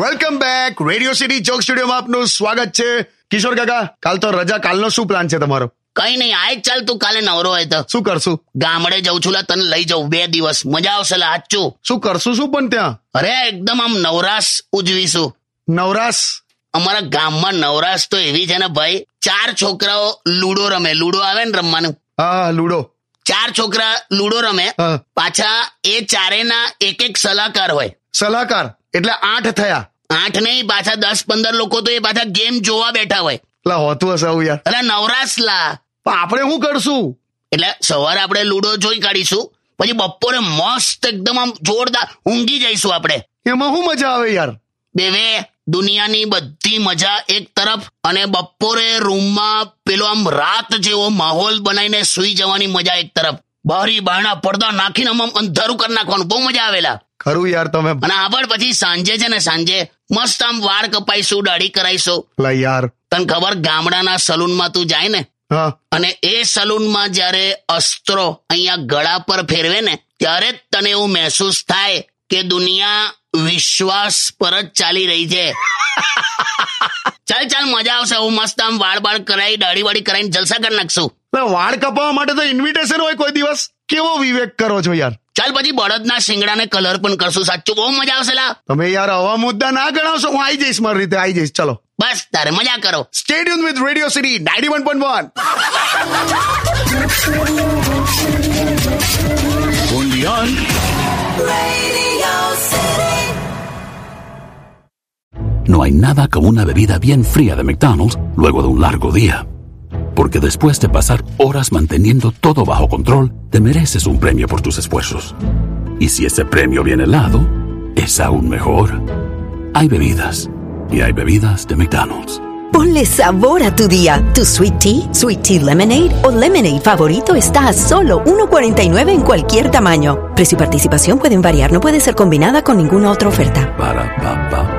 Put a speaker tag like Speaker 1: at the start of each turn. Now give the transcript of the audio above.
Speaker 1: Welcome back radio city ચોક સ્ટુડિયોમાં આપનું સ્વાગત છે કિશોર કાકા કાલ તો રજા કાલનો શું પ્લાન છે તમારો
Speaker 2: કઈ નહીં આય ચાલ તું કાલે નવરો હોય તો
Speaker 1: શું કરશું
Speaker 2: ગામડે જઉં છું લા તને લઈ જઉં બે દિવસ મજા આવશે લા હાચું
Speaker 1: શું કરશું શું પણ ત્યાં
Speaker 2: અરે એકદમ આમ નવરાશ ઉજવીશું
Speaker 1: નવરાશ
Speaker 2: અમારા ગામમાં નવરાશ તો એવી છે ને ભાઈ ચાર છોકરાઓ લૂડો રમે લૂડો આવે ને રમવાનું
Speaker 1: હા લૂડો
Speaker 2: ચાર છોકરા લૂડો રમે
Speaker 1: હા.
Speaker 2: પાછા એ ચારેના એક એક સલાહકાર હોય
Speaker 1: સલાહકાર એટલે આઠ થયા
Speaker 2: આઠ નહીં પાછા દસ પંદર લોકો તો એ પાછા ગેમ જોવા બેઠા હોય
Speaker 1: એટલે હોતું હશે આવું યાર
Speaker 2: એટલે નવરાશ લા
Speaker 1: પણ આપણે શું કરશું
Speaker 2: એટલે સવારે આપણે લૂડો જોઈ કાઢીશું પછી બપોરે મસ્ત એકદમ આમ જોરદાર ઊંઘી જઈશું આપણે
Speaker 1: એમાં શું મજા આવે યાર
Speaker 2: દેવે દુનિયાની બધી મજા એક તરફ અને બપોરે રૂમમાં પેલો આમ રાત જેવો માહોલ બનાવીને સૂઈ જવાની મજા એક તરફ બારી બારણા પડદા નાખીને આમ આમ અંધારું કરી નાખવાનું બહુ મજા આવેલા
Speaker 1: ખરું યાર તમે
Speaker 2: અને આગળ પછી સાંજે છે ને સાંજે મસ્ત આમ વાળ કપાઈશું દાઢી કરાઈશું
Speaker 1: લા યાર
Speaker 2: તને ખબર ગામડાના સલૂનમાં તું જાય ને
Speaker 1: હા
Speaker 2: અને એ સલૂનમાં જ્યારે અસ્ત્રો અહીંયા ગળા પર ફેરવે ને ત્યારે જ તને એવું મહેસૂસ થાય કે દુનિયા વિશ્વાસ પર જ ચાલી રહી છે ચાલ ચાલ મજા આવશે હું મસ્ત આમ વાળ બાળ કરાવી દાઢી વાળી કરાવીને જલસા કરી નાખશું
Speaker 1: એટલે વાળ કપાવવા માટે તો ઇન્વિટેશન હોય કોઈ દિવસ કેવો વિવેક કરો છો યાર
Speaker 2: ચાલ પછી બળદના શિંગડાને કલર પણ કરશું સાચું બહુ મજા આવશે લા
Speaker 1: તમે યાર આવા મુદ્દા ના ગણાવશો હું આવી જઈશ મારી રીતે આવી જઈશ ચલો
Speaker 2: બસ તારે મજા કરો
Speaker 1: stadium with radio city ninety one point one
Speaker 3: Radio City.
Speaker 4: No hay nada como una bebida bien fría de McDonald's luego de un largo día. Porque después de pasar horas manteniendo todo bajo control, te mereces un premio por tus esfuerzos. Y si ese premio viene helado, es aún mejor. Hay bebidas. Y hay bebidas de McDonald's.
Speaker 5: Ponle sabor a tu día. Tu sweet tea, sweet tea lemonade o lemonade favorito está a solo 1.49 en cualquier tamaño. Precio y participación pueden variar, no puede ser combinada con ninguna otra oferta.
Speaker 4: Para, pa, pa,